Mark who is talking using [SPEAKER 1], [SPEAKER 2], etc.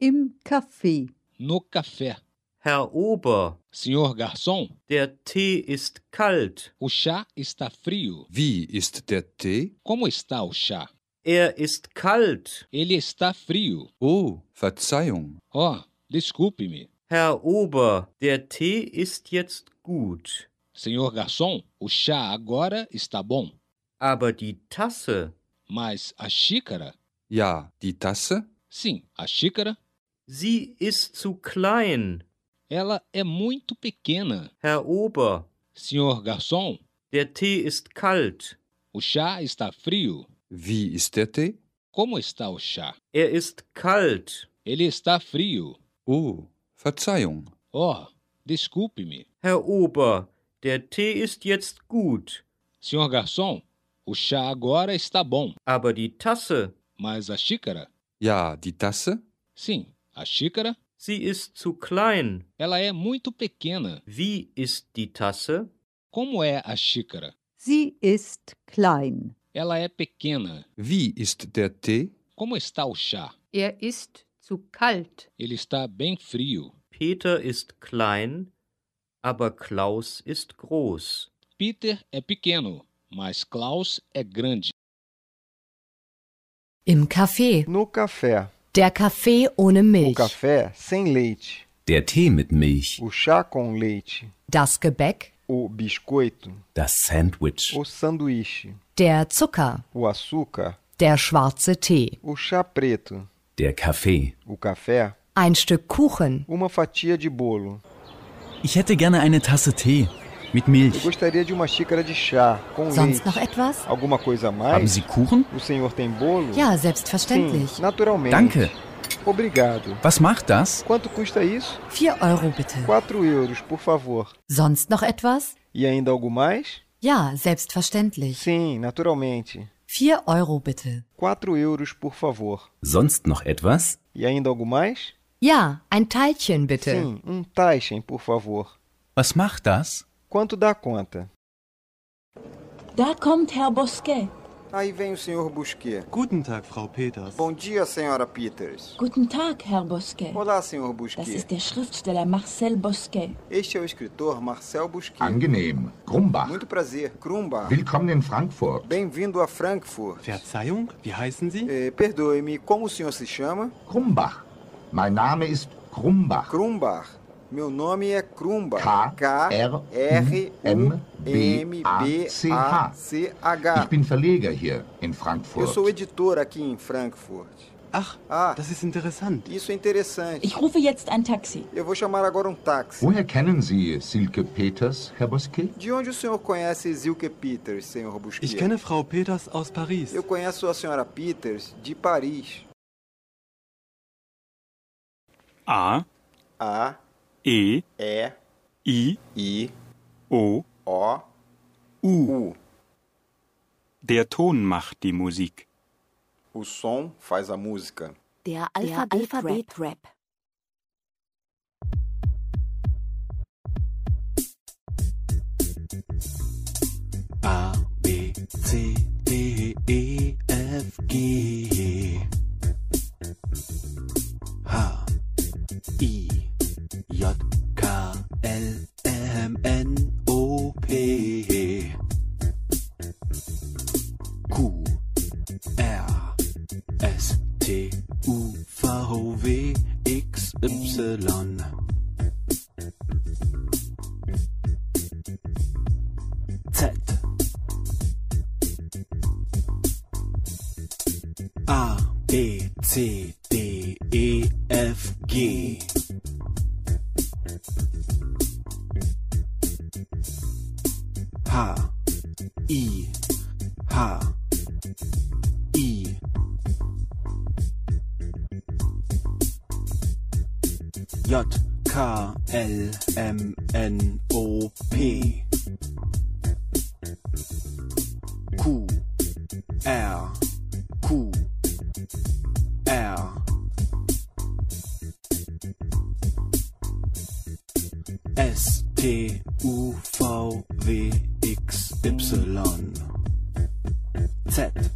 [SPEAKER 1] Im Café.
[SPEAKER 2] no café.
[SPEAKER 3] Herr Ober,
[SPEAKER 2] Senhor garçom,
[SPEAKER 3] der Tee ist kalt.
[SPEAKER 2] o chá está frio.
[SPEAKER 4] Wie ist der Tee?
[SPEAKER 2] Como está o chá?
[SPEAKER 3] Er ist kalt.
[SPEAKER 2] Ele está frio.
[SPEAKER 4] Oh, Verzeihung.
[SPEAKER 2] Oh, desculpe-me.
[SPEAKER 3] Herr Ober, der Tee ist jetzt gut.
[SPEAKER 2] Senhor garçom, o chá agora está bom,
[SPEAKER 3] Aber die Tasse,
[SPEAKER 2] mas a xícara?
[SPEAKER 4] Ja, die Tasse?
[SPEAKER 2] Sim, a xícara,
[SPEAKER 3] sie ist zu klein.
[SPEAKER 2] ela é muito pequena.
[SPEAKER 3] Herr Ober,
[SPEAKER 2] Senhor garçom,
[SPEAKER 3] der Tee ist kalt.
[SPEAKER 2] o chá está frio.
[SPEAKER 4] Wie ist der Tee?
[SPEAKER 2] Como está o chá?
[SPEAKER 3] Er ist kalt.
[SPEAKER 2] Ele está frio.
[SPEAKER 4] Oh, Verzeihung.
[SPEAKER 2] Oh, desculpe-me.
[SPEAKER 3] Herr Ober, der Tee ist jetzt gut.
[SPEAKER 2] Senhor garçom, o chá agora está bom,
[SPEAKER 3] Aber die Tasse,
[SPEAKER 2] mas a xícara?
[SPEAKER 4] Ja, die Tasse?
[SPEAKER 2] Sim, a xícara,
[SPEAKER 3] sie ist zu klein.
[SPEAKER 2] ela é muito pequena.
[SPEAKER 3] Wie ist die Tasse?
[SPEAKER 2] Como é a xícara?
[SPEAKER 1] Sie ist klein.
[SPEAKER 2] Ela é pequena.
[SPEAKER 4] Wie ist der Tee?
[SPEAKER 2] Como está o chá?
[SPEAKER 5] Er ist zu kalt.
[SPEAKER 2] Ele está bem frio.
[SPEAKER 3] Peter ist klein, aber Klaus ist groß.
[SPEAKER 2] Peter é pequeno, mas Klaus é grande.
[SPEAKER 6] Im Café.
[SPEAKER 7] No café.
[SPEAKER 6] Der Kaffee ohne
[SPEAKER 7] O
[SPEAKER 6] Milch.
[SPEAKER 7] café sem leite.
[SPEAKER 8] Der Tee mit Milch,
[SPEAKER 7] O chá com leite.
[SPEAKER 6] Das Gebäck.
[SPEAKER 7] O biscoito.
[SPEAKER 8] das Sandwich,
[SPEAKER 7] O sanduíche.
[SPEAKER 6] Der Zucker.
[SPEAKER 7] O açúcar.
[SPEAKER 6] Der schwarze Tee.
[SPEAKER 7] O chá preto.
[SPEAKER 8] der Kaffee.
[SPEAKER 7] O café.
[SPEAKER 6] Ein Stück Kuchen.
[SPEAKER 7] Uma fatia de bolo.
[SPEAKER 8] Ich hätte gerne eine Tasse Tee mit
[SPEAKER 7] Eu
[SPEAKER 8] Milch.
[SPEAKER 7] gostaria de uma xícara de chá com
[SPEAKER 6] Sonst noch
[SPEAKER 7] leite.
[SPEAKER 6] etwas?
[SPEAKER 7] Alguma coisa a
[SPEAKER 8] Haben
[SPEAKER 7] mais?
[SPEAKER 8] Sie Kuchen?
[SPEAKER 7] O senhor tem bolo?
[SPEAKER 6] Ja,
[SPEAKER 7] Sim,
[SPEAKER 6] selbstverständlich.
[SPEAKER 7] naturalmente.
[SPEAKER 8] Danke.
[SPEAKER 7] Obrigado.
[SPEAKER 8] Was macht das?
[SPEAKER 7] Quanto custa isso?
[SPEAKER 6] Vier Euro bitte.
[SPEAKER 7] 4 euros, por favor.
[SPEAKER 6] Sonst noch etwas?
[SPEAKER 7] E ainda algo mais?
[SPEAKER 6] Ja, selbstverständlich.
[SPEAKER 7] Sim, naturalmente.
[SPEAKER 6] Vier Euro bitte.
[SPEAKER 7] 4 euros, por favor.
[SPEAKER 8] Sonst noch etwas?
[SPEAKER 7] E ainda algo mais?
[SPEAKER 6] Ja, ein Teilchen bitte.
[SPEAKER 7] Sim, um Taischen, por favor.
[SPEAKER 8] Was macht das?
[SPEAKER 7] Quanto dá a conta?
[SPEAKER 9] Da kommt Herr Bosquet.
[SPEAKER 10] Aí vem o senhor Busquet.
[SPEAKER 8] Guten Tag, Frau Peters.
[SPEAKER 10] Bom dia, senhora Peters.
[SPEAKER 9] Guten Tag, Herr Bosquet.
[SPEAKER 10] Olá, senhor
[SPEAKER 9] Das
[SPEAKER 10] Busquet.
[SPEAKER 9] ist der Schriftsteller Marcel Bosquet.
[SPEAKER 10] Este é o escritor Marcel Busquet.
[SPEAKER 8] Angenehm. Grumbach.
[SPEAKER 10] Muito prazer. Krumba.
[SPEAKER 8] Willkommen in Frankfurt.
[SPEAKER 10] Bem-vindo a Frankfurt.
[SPEAKER 8] Verzeihung, wie heißen Sie?
[SPEAKER 10] Eh, Perdoe-me, como o senhor se chama?
[SPEAKER 8] Grumbach. Mein Name ist Grumbach.
[SPEAKER 10] Krumbar. Meu nome é Krumba.
[SPEAKER 8] K-
[SPEAKER 10] K
[SPEAKER 8] R-
[SPEAKER 10] R U M B A C H.
[SPEAKER 8] bin Verleger hier in
[SPEAKER 10] Eu
[SPEAKER 8] Frankfurt.
[SPEAKER 10] sou editor aqui em Frankfurt.
[SPEAKER 8] Ach,
[SPEAKER 10] Ah,
[SPEAKER 8] ist interessant.
[SPEAKER 10] isso é interessante.
[SPEAKER 9] Ich rufe jetzt ein Taxi.
[SPEAKER 10] Eu vou chamar agora um táxi.
[SPEAKER 8] Woher kennen Sie Silke Peters, Herr Bosquet?
[SPEAKER 10] De onde o senhor conhece Zilke Peters, senhor Busquet?
[SPEAKER 8] Frau Peters aus Paris.
[SPEAKER 10] Eu conheço a senhora Peters de Paris.
[SPEAKER 8] A,
[SPEAKER 10] A
[SPEAKER 8] E,
[SPEAKER 10] E
[SPEAKER 8] I,
[SPEAKER 10] I
[SPEAKER 8] O,
[SPEAKER 10] O
[SPEAKER 8] U.
[SPEAKER 10] U.
[SPEAKER 8] Der Ton macht die Musik.
[SPEAKER 10] O som faz a música.
[SPEAKER 6] Der Alphabet Rap.
[SPEAKER 8] A, B, C, D, E, F, G, H, I, J, K, L, M, N, O, P, Q, R, S, T, U, V, W, X, Y. Z. A, B, C, D, E, F, G. H, I, H, I. J, K, L, M, N, O, P. Q R Q R S T U V W X Y Z